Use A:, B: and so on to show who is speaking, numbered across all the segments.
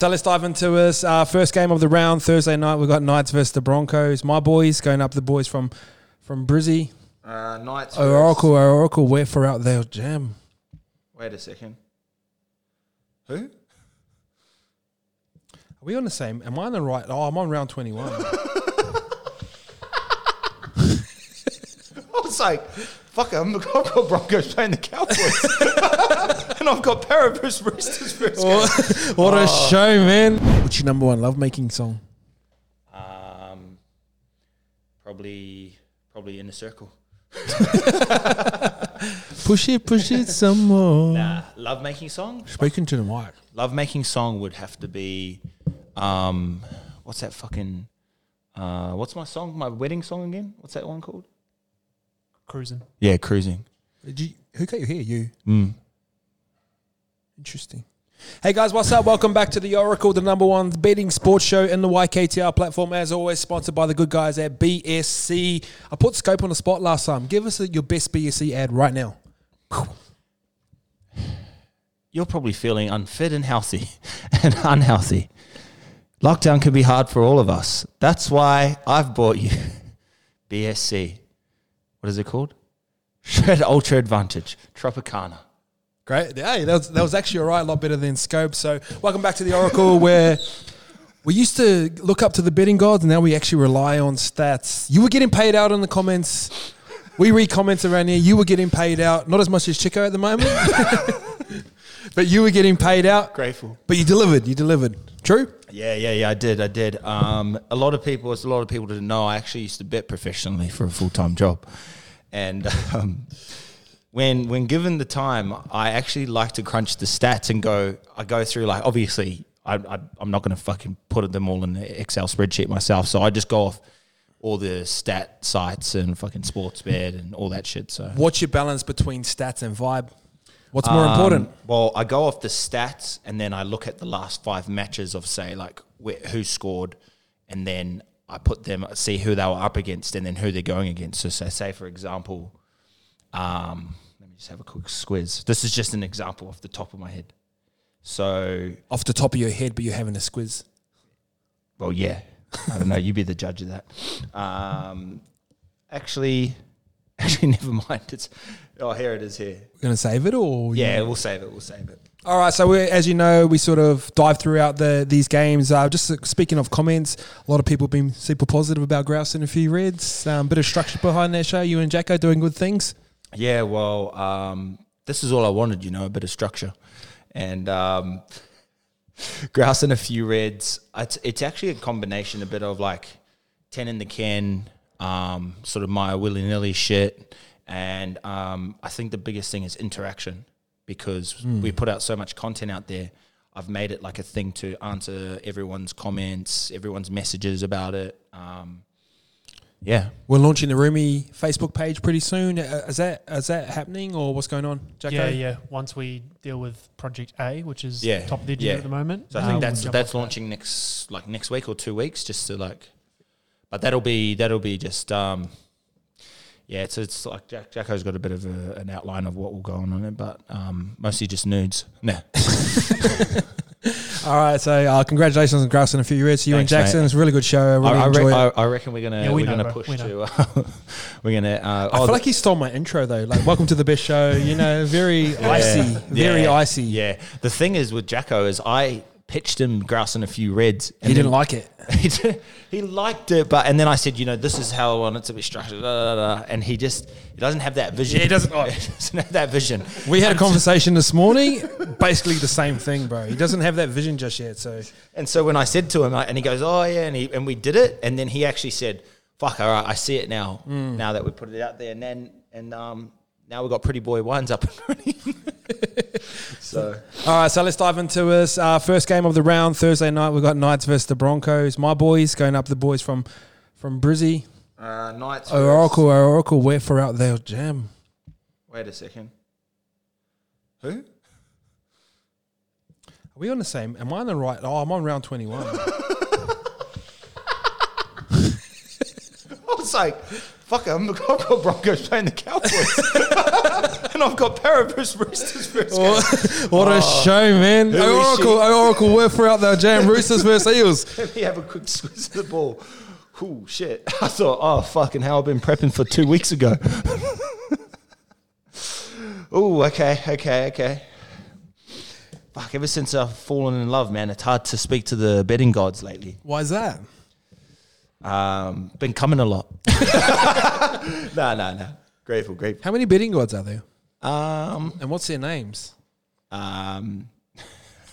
A: So let's dive into this uh, first game of the round Thursday night. We've got Knights versus the Broncos. My boys going up the boys from from Brizzy.
B: Uh, Knights. versus-
A: Oracle, Oracle, where for out there, jam.
B: Wait a second. Who?
A: Are we on the same? Am I on the right? Oh, I'm on round 21.
B: I was like, fuck, I'm, I've got Broncos playing the Cowboys. and I've got Para versus Roosters first game.
A: what a show, man. Ah. What's your number one love making song?
B: Um, probably, probably in the circle.
A: Push it, push it some more.
B: Nah, Uh, love making song.
A: Speaking to the mic.
B: Love making song would have to be, um, what's that fucking, uh, what's my song? My wedding song again? What's that one called?
C: cruising.
B: Yeah, cruising.
A: Did you, who cut your hair? You.
B: Mm.
A: Interesting. Hey guys, what's up? Welcome back to the Oracle, the number one betting sports show in the YKTR platform. As always, sponsored by the good guys at BSC. I put Scope on the spot last time. Give us your best BSC ad right now.
B: you're probably feeling unfit and healthy and unhealthy. Lockdown can be hard for all of us. That's why I've bought you BSC. What is it called? Shred Ultra Advantage Tropicana.
A: Great. Hey, that was, that was actually all right, a lot better than Scope. So, welcome back to the Oracle, where we used to look up to the betting gods, and now we actually rely on stats. You were getting paid out in the comments. We read comments around here. You were getting paid out, not as much as Chico at the moment, but you were getting paid out.
B: Grateful.
A: But you delivered. You delivered. True.
B: Yeah, yeah, yeah. I did. I did. Um, a lot of people, it's a lot of people didn't know. I actually used to bet professionally for a full time job, and um, when when given the time, I actually like to crunch the stats and go. I go through like obviously, I, I I'm not going to fucking put them all in the Excel spreadsheet myself. So I just go off all the stat sites and fucking Sportsbet and all that shit. So
A: What's your balance between stats and vibe? What's more important?
B: um, Well, I go off the stats and then I look at the last five matches of say like where, who scored, and then I put them see who they were up against and then who they're going against. So say, say for example, um, let me just have a quick squiz. This is just an example off the top of my head. So
A: Off the top of your head, but you're having a squiz.
B: well, yeah. I don't know. You be the judge of that. Um, actually, actually, never mind. It's oh, here it is. Here,
A: We're gonna save it, or you-
B: yeah. We'll save it. We'll save it.
A: All right, so we, as you know, we sort of dive throughout the these games. Uh, just speaking of comments, a lot of people have been super positive about Grouse and a few Reds. Um, bit of structure behind that show. You and Jacko doing good things.
B: Yeah, well, um, this is all I wanted, you know, a bit of structure. And um, grouse and a few reds. It's, it's actually a combination, a bit of like 10 in the can, um, sort of my willy nilly shit. And um, I think the biggest thing is interaction because we put out so much content out there. I've made it like a thing to answer everyone's comments, everyone's messages about it. Um, yeah.
A: We're launching the Roomy Facebook page pretty soon. Uh, Is that is that happening, or what's going on, Jacko?
C: Yeah, yeah. Once we deal with Project A, which is
B: Yeah,
C: top of the agenda
B: yeah.
C: at the moment.
B: So I
C: uh,
B: think
C: we'll
B: that's
C: jump
B: that's
C: on
B: launching next like next week or two weeks, just to like. But that'll be that'll be just um, yeah. It's it's like Jack, Jacko's got a bit of a, an outline of what will go on on it, but um, mostly just nudes. Nah,
A: All right, so uh, congratulations on Grouse and a few Reds. You and
B: Thanks,
A: Jackson,
B: mate.
A: it's a really good show. I really
B: I, I,
A: enjoy
B: re-
A: it.
B: I, I reckon we're gonna
C: Yeah, we
B: we are
C: know,
B: gonna
C: bro.
B: push
C: We
B: to uh, we're gonna.
A: I
B: Uh, oh,
A: feel
B: the-
A: like he stole my intro though. Like, welcome to the best show. You know, very icy, very
B: yeah,
A: icy.
B: Yeah. The thing is with Jacko is I pitched him grouse and a few reds. And
A: He didn't
B: then-
A: like it.
B: he, did- he liked it, but and then I said, you know, this is how I want it to be structured, da, da, da, and he just he doesn't have that vision. he doesn't. he doesn't have that vision.
A: We had a conversation this morning, basically the same thing, bro. He doesn't have that vision just yet. So
B: And so when I said to him, I- and he goes, oh yeah, and he and we did it, and then he actually said, fuck, all right, I see it now. Now that we put it out there, and then and um. Now we've got Pretty Boy Wines up and running. so,
A: All right, so let's dive into this. Uh, first game of the round, Thursday night. We've got Knights versus the Broncos. My boys going up the boys from from Brizzy.
B: uh, Knights.
A: Oracle, Oracle, where for out there, jam.
B: Wait a second. Who?
A: Are we on the same? Am I on the right? Oh, I'm on round 21.
B: I was It's like, fuck, it, I'm, I've got Broncos playing the Cowboys. and I've got Para versus Roosters first game.
A: What a show, man.
B: is
A: Oracle, Oracle were throughout their jam. Roosters versus Eels.
B: Let me have a quick squeeze of the ball. Oh, shit. I thought, oh, fucking hell, I've been prepping for two weeks ago. oh, okay, okay, okay. Fuck, ever since I've fallen in love, man, it's hard to speak to the betting gods lately.
A: Why is that?
B: Um, been coming a lot. no, no, no. Grateful, grateful.
A: How many bidding gods are there?
B: Um,
A: And what's their names?
B: um,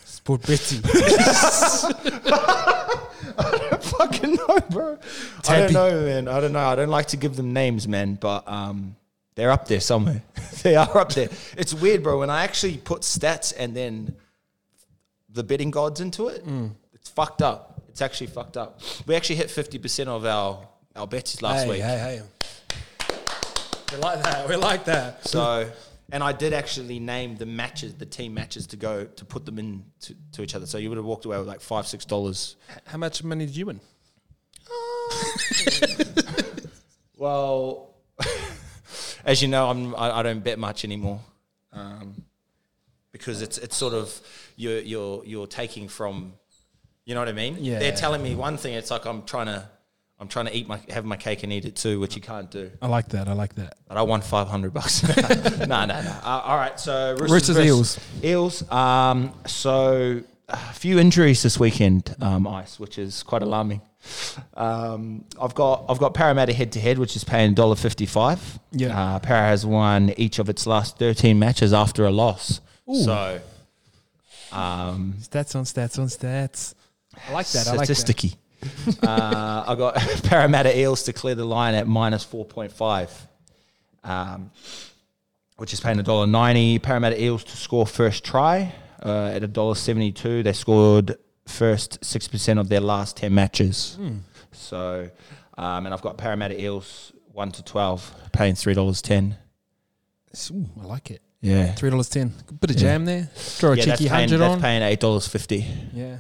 A: Sport Betsy.
B: fucking no, bro. I
A: Tabby.
B: don't know, man. I don't know. I don't like to give them names, man, but um, they're up there somewhere. they are up there. It's weird, bro. When I actually put stats and then the betting gods into it,
A: Mm.
B: it's fucked up. It's actually fucked up. We actually hit fifty percent of our our bets last
A: hey,
B: week.
A: hey, hey. We like that. We like that.
B: So, and I did actually name the matches, the team matches to go to put them in to, to each other. So you would have walked away with like five, six dollars.
A: How much money did you win?
B: Well, as you know, I'm I, I don't bet much anymore, um, because it's it's sort of you're you're you're taking from, you know what I mean?
A: Yeah.
B: They're telling me one thing. It's like I'm trying to. I'm trying to eat my have my cake and eat it too, which you can't do.
A: I like that. I like that.
B: But I won five hundred bucks. no, no, no. Uh, all right, so Roosters,
A: Roosters,
B: versus-
A: Eels.
B: Eels. Um, so a few injuries this weekend, um, Ice, which is quite alarming. Um, I've got I've got Parramatta head to head, which is paying dollar fifty five.
A: Yeah.
B: uh, Parra has won each of its last thirteen matches after a loss. So, um,
A: Stats on stats on stats. I like that. I like that.
B: statisticky. uh, I got Parramatta Eels to clear the line at minus four point five, um, which is paying a dollar ninety. Parramatta Eels to score first try uh, at a dollar seventy two. They scored first six percent of their last ten matches.
A: Hmm.
B: So, um, and I've got Parramatta Eels one to twelve, paying three dollars ten.
A: Ooh, I like it.
B: Yeah,
A: Three dollars ten. Bit of jam there. Draw a
B: yeah, that's
A: cheeky
B: paying,
A: hundred
B: that's
A: on.
B: paying eight dollars fifty.
A: Yeah.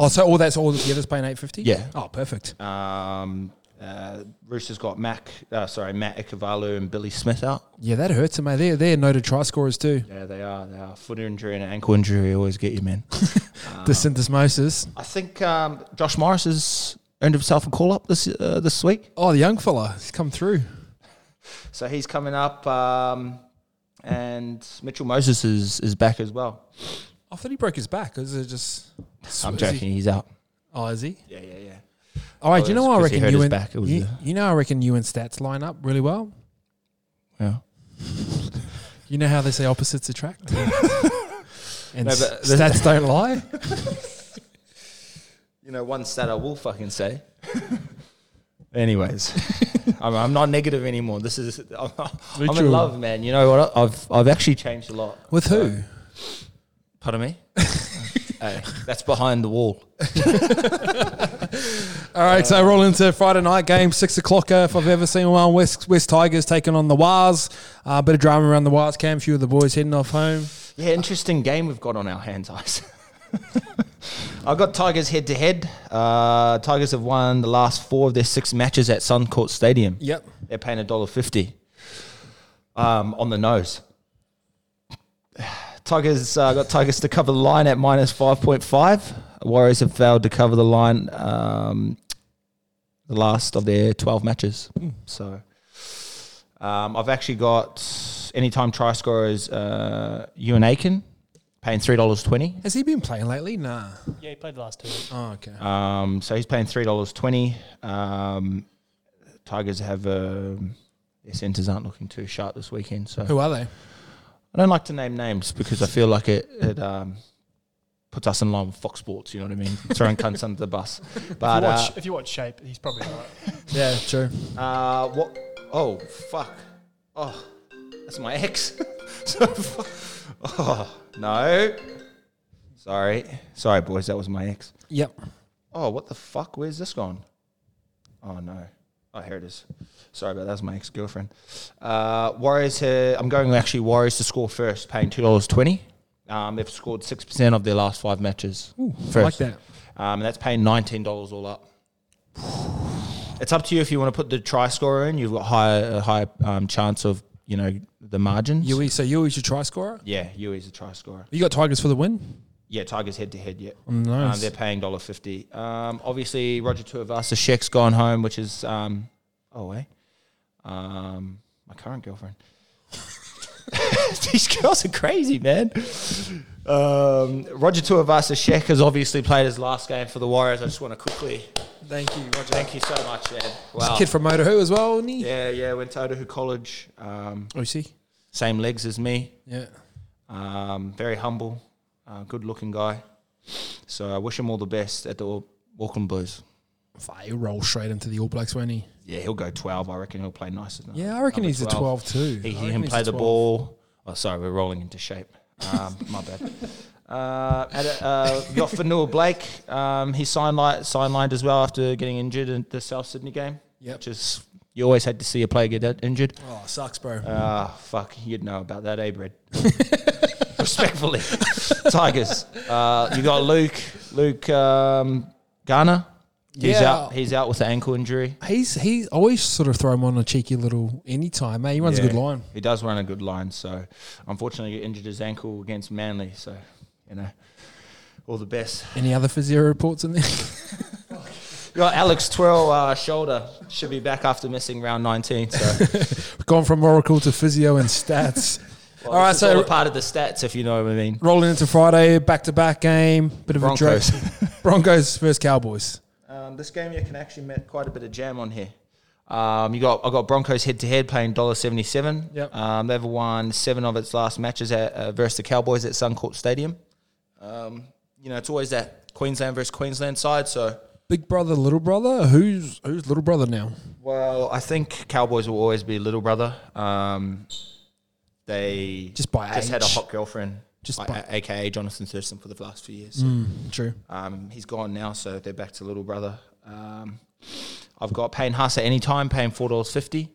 A: oh, so all that's all together's paying eight fifty.
B: Yeah.
A: Oh, perfect.
B: Um, uh, Roosters got Mac, uh, sorry, Matt Ikavalu and Billy Smith out.
A: Yeah, that hurts them. mate. They're they're noted try scorers too.
B: Yeah, they are. They are. Foot injury and ankle injury always get you, man.
A: The syndesmosis.
B: I think um, Josh Morris has earned himself a call up this uh, this week,
A: Oh, the young fella, he's come through.
B: so he's coming up. Um, and Mitchell Moses is, is back as well.
A: I thought he broke his back. Is it just?
B: I'm
A: is he-
B: joking. He's out.
A: Oh, is he?
B: Yeah, yeah, yeah.
A: All right.
B: Oh,
A: you know
B: it's
A: what I
B: 'cause he
A: reckon
B: hurt
A: you
B: his
A: and
B: back. It was
A: you,
B: a-
A: you know I reckon you and stats line up really well.
B: Yeah.
A: You know how they say opposites attract, and
B: No,
A: s-
B: but the-
A: stats don't lie.
B: You know, one stat I will fucking say. Anyways, I'm, I'm not negative anymore. This is I'm, I'm
A: Mitchell.
B: in love, man. You know what? I've I've actually changed a lot.
A: With
B: So-
A: who?
B: Pardon me. Hey, that's behind the wall.
A: All right, so roll into Friday night game, six o'clock. Uh, if I've ever seen one, West West Tigers taking on the Waz. A uh, bit of drama around the Waz camp. Few of the boys heading off home.
B: Yeah, interesting game we've got on our hands, Ice. I've got Tigers head to head. Uh, Tigers have won the last four of their six matches at Suncourt Stadium.
A: Yep.
B: They're paying a dollar fifty um, on the nose. Tigers uh, got Tigers to cover the line at minus five point five. Warriors have failed to cover the line um, the last of their twelve matches. So um, I've actually got anytime try scorers uh, Ewan Aiken paying three dollars twenty.
A: Has he been playing lately? Nah.
C: Yeah, he played the last two.
A: Oh, okay.
B: Um, so he's paying three dollars twenty. Um, Tigers have um, their centres aren't looking too sharp this weekend, so
A: Who are they?
B: I don't like to name names because I feel like it it um, puts us in line with Fox Sports. You know what I mean? Throwing cunts under the bus.
C: If
B: But
C: you,
B: uh,
C: watch, if you watch Shape, he's probably right.
A: Yeah, true.
B: uh, what? Oh fuck! Oh, that's my ex. so, fu- oh no! Sorry, sorry, boys. That was my ex.
A: Yep.
B: Oh, what the fuck? Where's this gone? Oh no. Oh, here it is. Sorry about that. That was my ex girlfriend. Uh, Warriors. Uh, I'm going actually Warriors to score first, paying two dollars twenty. Um, they've scored six percent of their last five matches.
A: I like that.
B: Um, and that's paying nineteen dollars all up. It's up to you if you want to put the try scorer in. You've got higher a higher um, chance of you know the margins.
A: Yui, so Yui's your try scorer.
B: Yeah, Yui's a try scorer.
A: You got Tigers for the win.
B: Yeah, Tigers head to head. Yeah,
A: Mm, nice.
B: Um, they're paying dollar fifty. Um, obviously, Roger Tuivasa Sheck's gone home, which is um, oh wait, um, my current girlfriend. These girls are crazy, man. Um, Roger Tuivasa Sheck has obviously played his last game for the Warriors. I just want to quickly
A: Thank you, Roger.
B: thank you so much, Ed. Wow.
A: Kid from Motor Who as well, isn't he?
B: Yeah, yeah, went to Otahu College. Um,
A: Oh, you see?
B: same legs as me.
A: Yeah.
B: Um, very humble, uh, good looking guy. So I wish him all the best at the Au- Auckland Blues.
A: Fuck, He'll roll straight into the All Blacks, won't he?
B: Yeah, he'll go 12. I reckon he'll play nicer than
A: Yeah, I reckon
B: number
A: he's a 12 too.
B: He,
A: I
B: he
A: reckon
B: can
A: he's
B: play
A: a
B: the
A: 12.
B: ball. Oh, sorry, we're rolling into shape. Um, my bad. Uh, at, uh, we got Fanua Blake. Um, he signed li- sidelined as well after getting injured in the South Sydney game.
A: Yep.
B: Which is, you always had to see a player get that injured.
A: Oh, sucks, bro.
B: Ah, fuck, you'd know about that, eh, Brad? Respectfully, Tigers. Uh, you got Luke, Luke um, Garner. He's
A: Yeah.
B: out. He's out with an ankle injury.
A: He's he always sort of throw him on a cheeky little anytime. Eh? He runs a good
B: Yeah.
A: line.
B: He does run a good line. So, unfortunately, he injured his ankle against Manly. So, you know, all the best.
A: Any other physio reports in there?
B: You got Alex Twirl uh, shoulder should be back after missing round nineteen. So,
A: Gone from Oracle to physio and stats.
B: well,
A: all right,
B: this is all
A: so
B: a part of the stats, if you know what I mean.
A: rolling into Friday, back to back game, bit of
B: Broncos.
A: a joke. Broncos versus Cowboys.
B: Um, this game you can actually make quite a bit of jam on here. Um, you got I got Broncos head to head playing dollar seventy seven.
A: Yep.
B: Um, they've won seven of its last matches at uh, versus the Cowboys at Suncorp Stadium. Um, you know it's always that Queensland versus Queensland side. So
A: Big brother, little brother. Who's who's little brother now?
B: well, I think Cowboys will always be little brother. Um, they
A: Just by
B: just had a
A: age.
B: hot girlfriend,
A: Just
B: just
A: by- Mm.
B: aka Jonathan Thurston for the last few years. So
A: True.
B: Um, he's gone now, so they're back to little brother. Um, I've got Payne Haas at any time, paying four dollars fifty.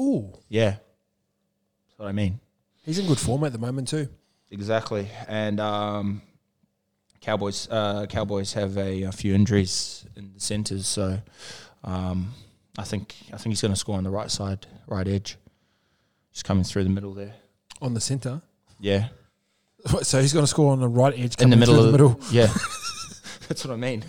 A: Ooh,
B: Yeah, that's what I mean.
A: he's in good form at the moment too.
B: Exactly. And um, Cowboys, uh, Cowboys have a, a few injuries in the centres, so um, I think I think he's going to score on the right side, right edge, just coming through the middle there.
A: On the centre.
B: Yeah,
A: So he's going to score on the right edge.
B: in the
A: coming
B: middle
A: through
B: of the middle. Yeah, that's what I mean.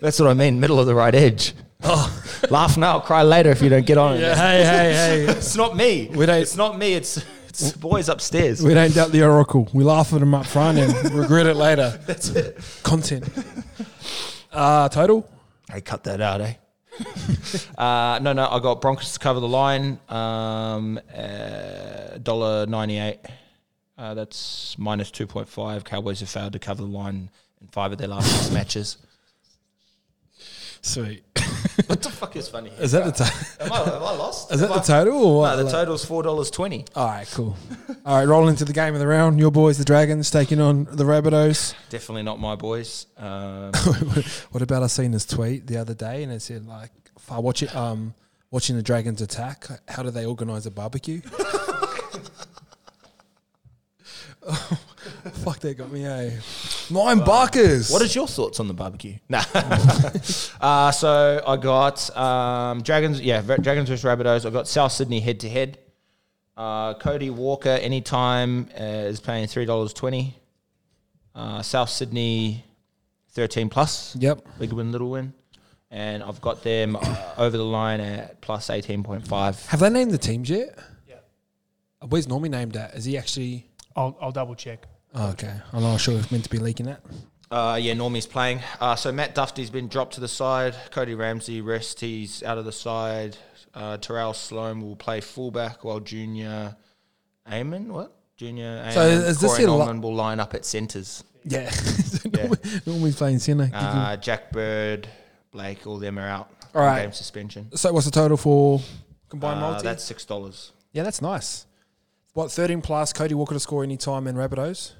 B: That's what I mean. Middle of the right edge. Oh, laugh now, cry later if you don't get on. it.
A: Yeah, hey, hey, hey.
B: It's not me.
A: We don't-
B: it's not me. It's it's the boys upstairs.
A: We don't doubt the oracle. We laugh at him up front and regret it later. That's it. Content. Uh, total.
B: Hey, cut that out, eh? uh, no, no. I got Broncos to cover the line. Um, uh, dollar ninety eight. Uh, that's minus two point five. Cowboys have failed to cover the line in five of their last six matches.
A: Sweet.
B: What the fuck is funny? Here?
A: Is that the to-
B: Am I, am I lost?
A: is that
B: Am
A: the
B: I-
A: total or what?
B: No, the total's four dollars twenty.
A: All right, cool. All right, rolling into the game of the round. Your boys, the Dragons, taking on the Rabbitohs.
B: Definitely not my boys. Um,
A: what about I seen this tweet the other day and it said like, if I watch it, um, watching the Dragons attack, how do they organise a barbecue? oh, fuck, that got me a nine barkers.
B: What is your thoughts on the barbecue? Nah. uh, so I got um, Dragons, yeah, Ver- Dragons versus Rabbitohs. I got South Sydney head to head. Uh, Cody Walker anytime uh, is paying three dollars twenty. Uh, South Sydney thirteen plus.
A: Yep.
B: Big win, little win, and I've got them uh, over the line at plus eighteen point five.
A: Have they named the teams yet?
C: Yeah.
A: Where's Normie named at? Is he actually?
C: I'll, I'll double check.
A: Oh, okay, I'm not sure if meant to be leaking that.
B: Uh, yeah, Normie's playing. Uh, so Matt Dufty's been dropped to the side. Cody Ramsey rest. He's out of the side. Uh, Terrell Sloan will play fullback while Junior Amon what Junior Amon
A: So is this
B: Corey
A: your li-
B: Norman will line up at centres.
A: Yeah, Normie, Normie's playing centre.
B: Uh, Jack Bird, Blake, all them are out.
A: Mm-hmm. All right.
B: game suspension.
A: so what's the total for combined
B: Uh,
A: multi?
B: that's six dollars.
A: Yeah, that's nice. What, 13 plus, Cody Walker to score any time in Rabbitohs?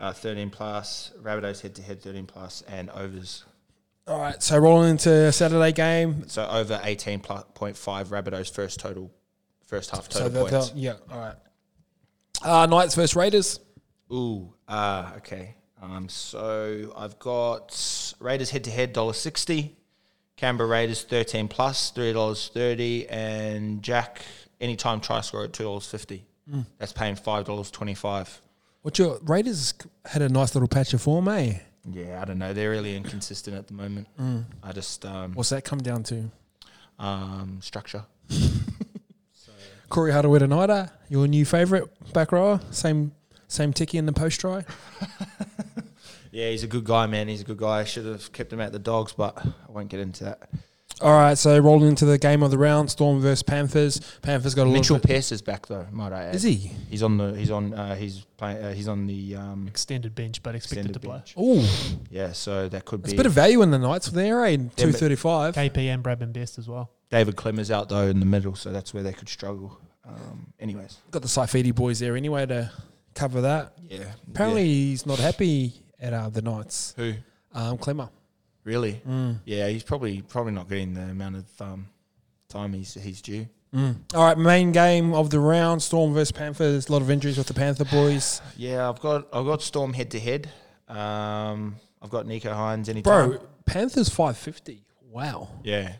B: Uh, Thirteen plus. Rabbitohs head to head. Thirteen plus and overs.
A: All right, so rolling into Saturday game.
B: So over eighteen point five. Rabbitohs first total, first half total
A: So they'll-
B: points.
A: they'll- yeah, all right. Uh, Knights versus Raiders.
B: Ooh, ah, okay. Um, so I've got Raiders head to head dollar sixty, Canberra Raiders thirteen plus three dollars thirty, and Jack anytime try score at two dollars fifty.
A: Mm.
B: That's paying five dollars twenty five.
A: What your Raiders had a nice little patch of form, eh?
B: Yeah, I don't know. They're really inconsistent at the moment.
A: Mm.
B: I just um,
A: What's that come down to?
B: um, structure.
A: Corey Hardaway tonight, uh, your new favourite back rower, same same ticky in the post try.
B: Yeah, he's a good guy, man. He's a good guy. I should have kept him out the dogs, but I won't get into that.
A: All right, so rolling into the game of the round, Storm versus Panthers. Panthers got a
B: Mitchell
A: little bit.
B: Pearce is back though. Might I add?
A: Is he?
B: He's on the. He's on. Uh, he's playing. Uh, he's on the. Um,
C: Extended bench, but expected
B: extended
C: to play.
B: bench.
A: Oh,
B: Yeah, so that could
A: it's
B: be.
A: a bit of value in the Knights there, eh? Two thirty-five.
C: KP and Bradman Best as well.
B: David Clem is out though in the middle, so that's where they could struggle. Um, anyways.
A: Got the Saifidi boys there anyway to cover that.
B: Yeah.
A: Apparently, he's not happy at uh, the Knights.
B: Who?
A: Um, Clemmer.
B: Really?
A: Mm.
B: Yeah, he's probably probably not getting the amount of um, time he's he's due.
A: All right, main game of the round, Storm versus Panthers. A lot of injuries with the Panther boys.
B: Yeah, I've got I've got Storm head to head. Um, I've got Nico Hines anytime.
A: Bro, Um, Panthers 550. Wow.
B: Yeah.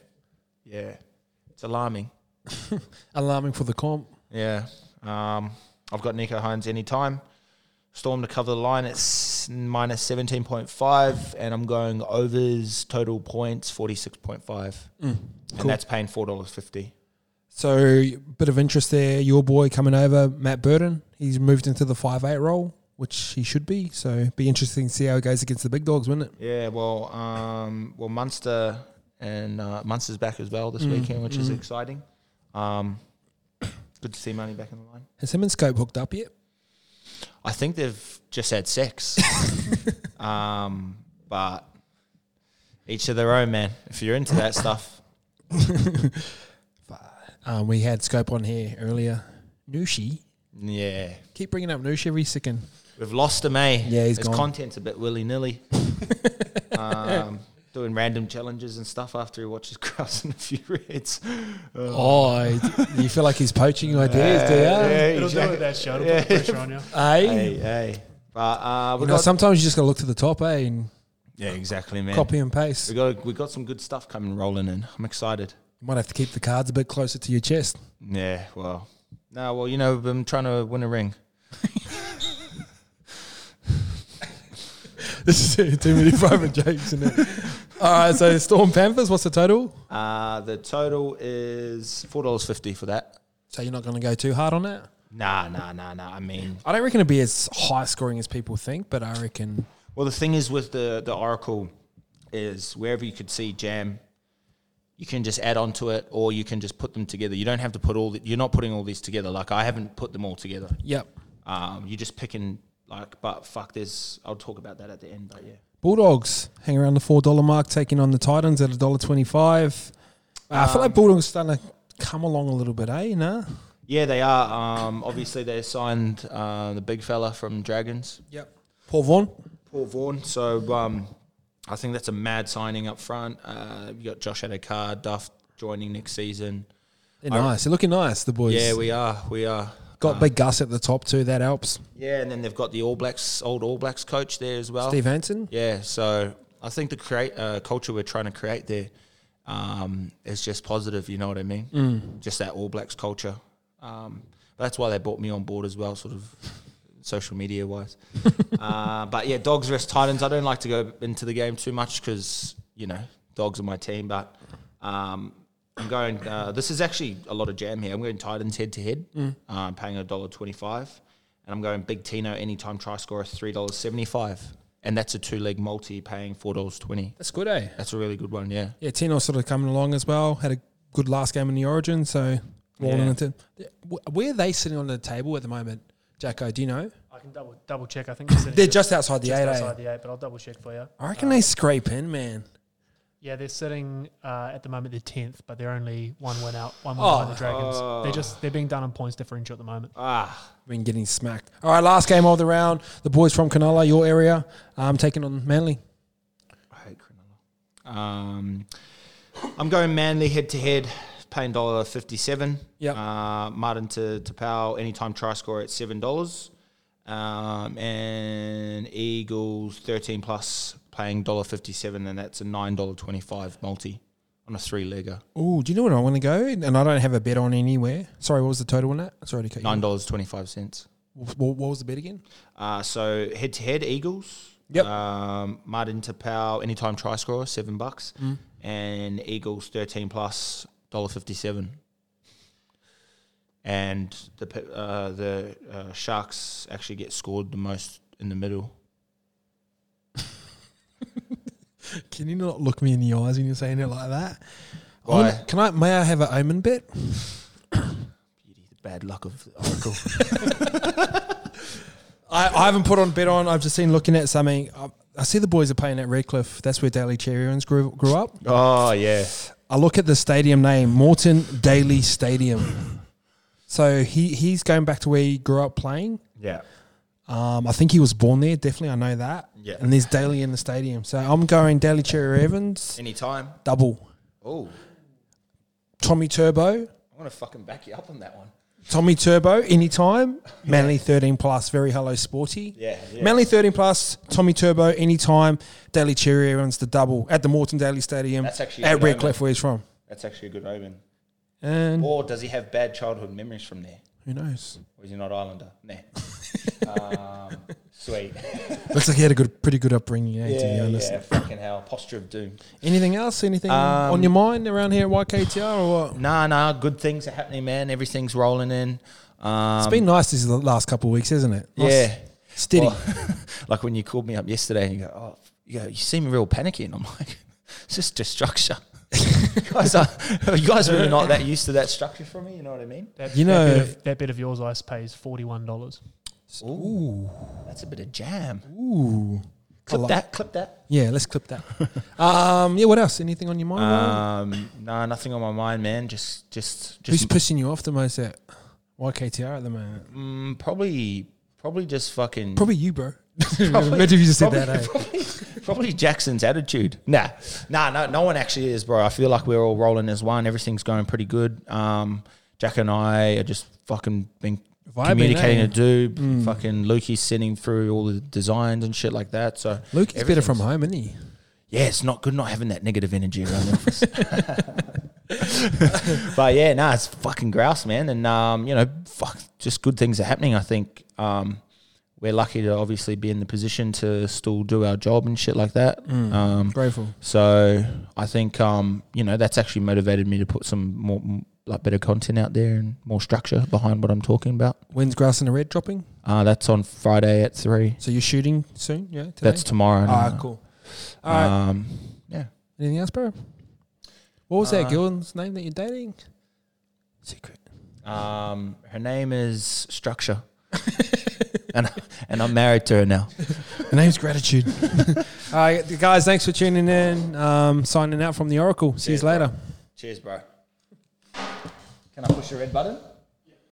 B: Yeah. It's alarming.
A: Alarming for the comp.
B: Yeah. Um, I've got Nico Hines anytime. Storm to cover the line at s- minus 17.5, and I'm going overs total points 46.5.
A: cool.
B: And that's paying $4.50.
A: So, bit of interest there. Your boy coming over, Matt Burton. He's moved into the five eight role, which he should be. So, be interesting to see how it goes against the big dogs, wouldn't it?
B: Yeah, well, um, well, Munster and uh, Munster's back as well this weekend, which is exciting. Um, good to see money back in the line.
A: Has him and Scope hooked up yet?
B: I think they've just had sex. um, but each of their own, man. If you're into that stuff,
A: Um, we had Scope on here earlier. Nushi.
B: yeah.
A: Keep bringing up Nushi every second.
B: We've lost him, eh?
A: Yeah, he's
B: His
A: gone.
B: content's a bit willy nilly. um, doing random challenges and stuff after he watches Grouse and a few Reds.
A: Oh, I- you feel like he's poaching ideas, do you?
C: It'll do it that shot. It'll put the pressure on you.
A: Hey?
B: Hey, hey. But uh, we
A: You know,
B: got
A: sometimes you just got to look to the top, eh, and
B: yeah, exactly, man.
A: copy and paste.
B: We got we got some good stuff coming rolling in. I'm excited.
A: You might have to keep the cards a bit closer to your chest.
B: Yeah, well, no, well, you know, I'm trying to win a ring.
A: This is too many private jokes in it. All right, so Storm Panthers, what's the total?
B: Uh, the total is four dollars fifty for that.
A: So you're not going to go too hard on that?
B: Nah, nah, nah, nah. I mean,
A: I don't reckon it'll be as high scoring as people think, but I reckon
B: well, the thing is with the the Oracle is wherever you could see jam, you can just add on to it, or you can just put them together. You don't have to put all. The, you're not putting all these together. Like I haven't put them all together.
A: yep.
B: Um, you're just picking like, but fuck, there's. I'll talk about that at the end. But yeah.
A: Bulldogs hang around the four dollar mark, taking on the Titans at a dollar twenty five. I feel like Bulldogs starting to come along a little bit, eh? Nah.
B: Yeah, they are. Um, obviously, they signed uh, the big fella from Dragons,
A: Yep. Paul Vaughan.
B: Paul Vaughan. So um, I think that's a mad signing up front. Uh, you got Josh Adakar, Duff joining next season.
A: They're nice. They're looking nice. The boys.
B: Yeah, we are. We are.
A: got big Gus at the top too. That helps.
B: Yeah, and then they've got the All Blacks, old All Blacks coach there as well.
A: Steve Hansen.
B: Yeah, so I think the create uh, culture we're trying to create there um, is just positive. You know what I mean? Mm. Just that All Blacks culture. Um, that's why they brought me on board as well, sort of social media wise. uh, but yeah, dogs versus Titans. I don't like to go into the game too much because you know dogs are my team. But um, I'm going. Uh, this is actually a lot of jam here. I'm going Titans head to head. I'm paying a dollar twenty five. And I'm going Big Tino anytime try scorer three dollars seventy five, and that's a two leg multi paying four dollars twenty.
A: That's good, eh?
B: That's a really good one, yeah.
A: Yeah, Tino sort of coming along as well. Had a good last game in the Origin, so rolling
B: Yeah.
A: into. Wh- Where are they sitting on the table at the moment, Jacko? Do you know?
C: I can double double check. I think they're sitting
A: They're just outside the
C: just
A: eight.
C: outside
A: eh?
C: the eight, but I'll double check for you.
A: I reckon they scrape in, man.
C: Yeah, they're sitting uh, at the moment they're tenth, but they're only one win out, one win
A: Oh.
C: behind the Dragons. They're just they're being done on points differential at the moment.
B: Ah,
A: Been getting smacked. All right, last game of the round. The boys from Canala, your area, um, taking on Manly.
B: I hate Cronulla. Um, I'm going Manly head to head, paying dollar fifty seven.
A: Yep.
B: Uh, Martin to to Powell anytime try score at seven dollars, um, and Eagles thirteen plus paying dollar fifty seven, and that's a nine dollar twenty five multi. on a three legger.
A: Oh, do you know what I want to go? And I don't have a bet on anywhere. Sorry, what was the total on that? Sorry to cut you.
B: Nine
A: off.
B: dollars twenty five cents.
A: Wh- wh- What, was the bet again?
B: Uh, so head to head Eagles.
A: Yep.
B: Um, Martin Tapau anytime try scorer seven bucks, and Eagles thirteen plus dollar fifty seven. And the p- uh, the uh, Sharks actually get scored the most in the middle.
A: Can you not look me in the eyes when you're saying it like that? I
B: Why?
A: wanna- Can I? May I have an omen bet?
B: Beauty, the bad luck of the Oracle.
A: I, I haven't put on bet on. I've just seen looking at something. I, I see the boys are playing at Redcliffe. That's where Daly Cherry Evans grew, grew up.
B: oh yeah,
A: I look at the stadium name, Morton Daly Stadium. So he, he's going back to where he grew up playing.
B: yeah.
A: Um, I think he was born there. Definitely, I know that.
B: Yeah.
A: And there's Daly in the stadium. So I'm going Daly Cherry Evans
B: Anytime.
A: double.
B: Oh,
A: Tommy Turbo.
B: I want to fucking back you up on that one.
A: Tommy Turbo anytime. Manly 13 plus. Very hello sporty.
B: Yeah, yeah.
A: Manly 13 plus. Tommy Turbo anytime. Daly Cherry Evans the double at the Morton Daly Stadium.
B: That's actually a
A: at
B: good
A: Redcliffe where he's from.
B: That's actually a good omen.
A: And
B: Or does he have bad childhood memories from there?
A: who knows?
B: Or is he not Islander? Nah. um, sweet.
A: Looks like he had a good, pretty good upbringing. Eh, to be
B: Yeah,
A: honest.
B: yeah, fucking hell. Posture of doom.
A: Anything else? Anything
B: Um,
A: on your mind around here at YKTR or what?
B: Nah, nah, good things are happening, man. Everything's rolling in. Um,
A: It's been nice these last couple of weeks, hasn't it? Nice,
B: yeah.
A: steady.
B: Well, like when you called me up yesterday and you go, oh, you, go, you seem real panicky. And I'm like, it's just a structure. you, guys are, you guys really not that used to that structure from me, you know what I mean?
C: That,
A: You
C: that
A: know-
C: bit, of, that bit of yours, ice pays forty one dollars.
A: Ooh,
B: That's a bit of jam.
A: ooh. I
B: Clip
A: like-
B: that, clip that.
A: Yeah, let's clip that. um, yeah, what else? Anything on your mind? Ryan?
B: Um, no, nothing on my mind, man. Just, just,
A: Who's
B: just
A: pissing you off the most at YKTR at the moment?
B: mm, probably, probably just fucking
A: Probably you, bro. Imagine if you just said that. eh?
B: probably, probably Jackson's attitude. Nah, nah, no, no one actually is, bro. I feel like we're all rolling as one. Everything's going pretty good. Um, Jack and I are just fucking been
A: Vibing,
B: communicating
A: eh?
B: a dude. Fucking Lukey's sending through all the designs and shit like that. So
A: Luke is better
B: everything's-
A: from home, isn't he?
B: yeah, it's not good not having that negative energy around the office. but yeah, nah, it's fucking grouse, man. And um, you know, fuck, just good things are happening. I think um, we're lucky to obviously be in the position to still do our job and shit like that.
A: Mm.
B: Um,
A: Grateful.
B: so I think um, you know that's actually motivated me to put some more m- like better content out there and more structure behind what I'm talking about.
A: When's Grass in the Red dropping?
B: Uh, that's on Friday at three.
A: So you're shooting soon? Yeah, today?
B: That's tomorrow.
A: All right, Ah, cool. All right.
B: Um, yeah.
A: Anything else, bro? What was
B: Uh,
A: that girl's name that you're dating? Secret.
B: Um, her name is Structure, and and I'm married to her now.
A: The name's Gratitude. All right, guys, thanks for tuning in. Um, signing out from the Oracle. See you
B: Cheers, bro.
A: later.
B: Cheers, bro. Can I push the red button?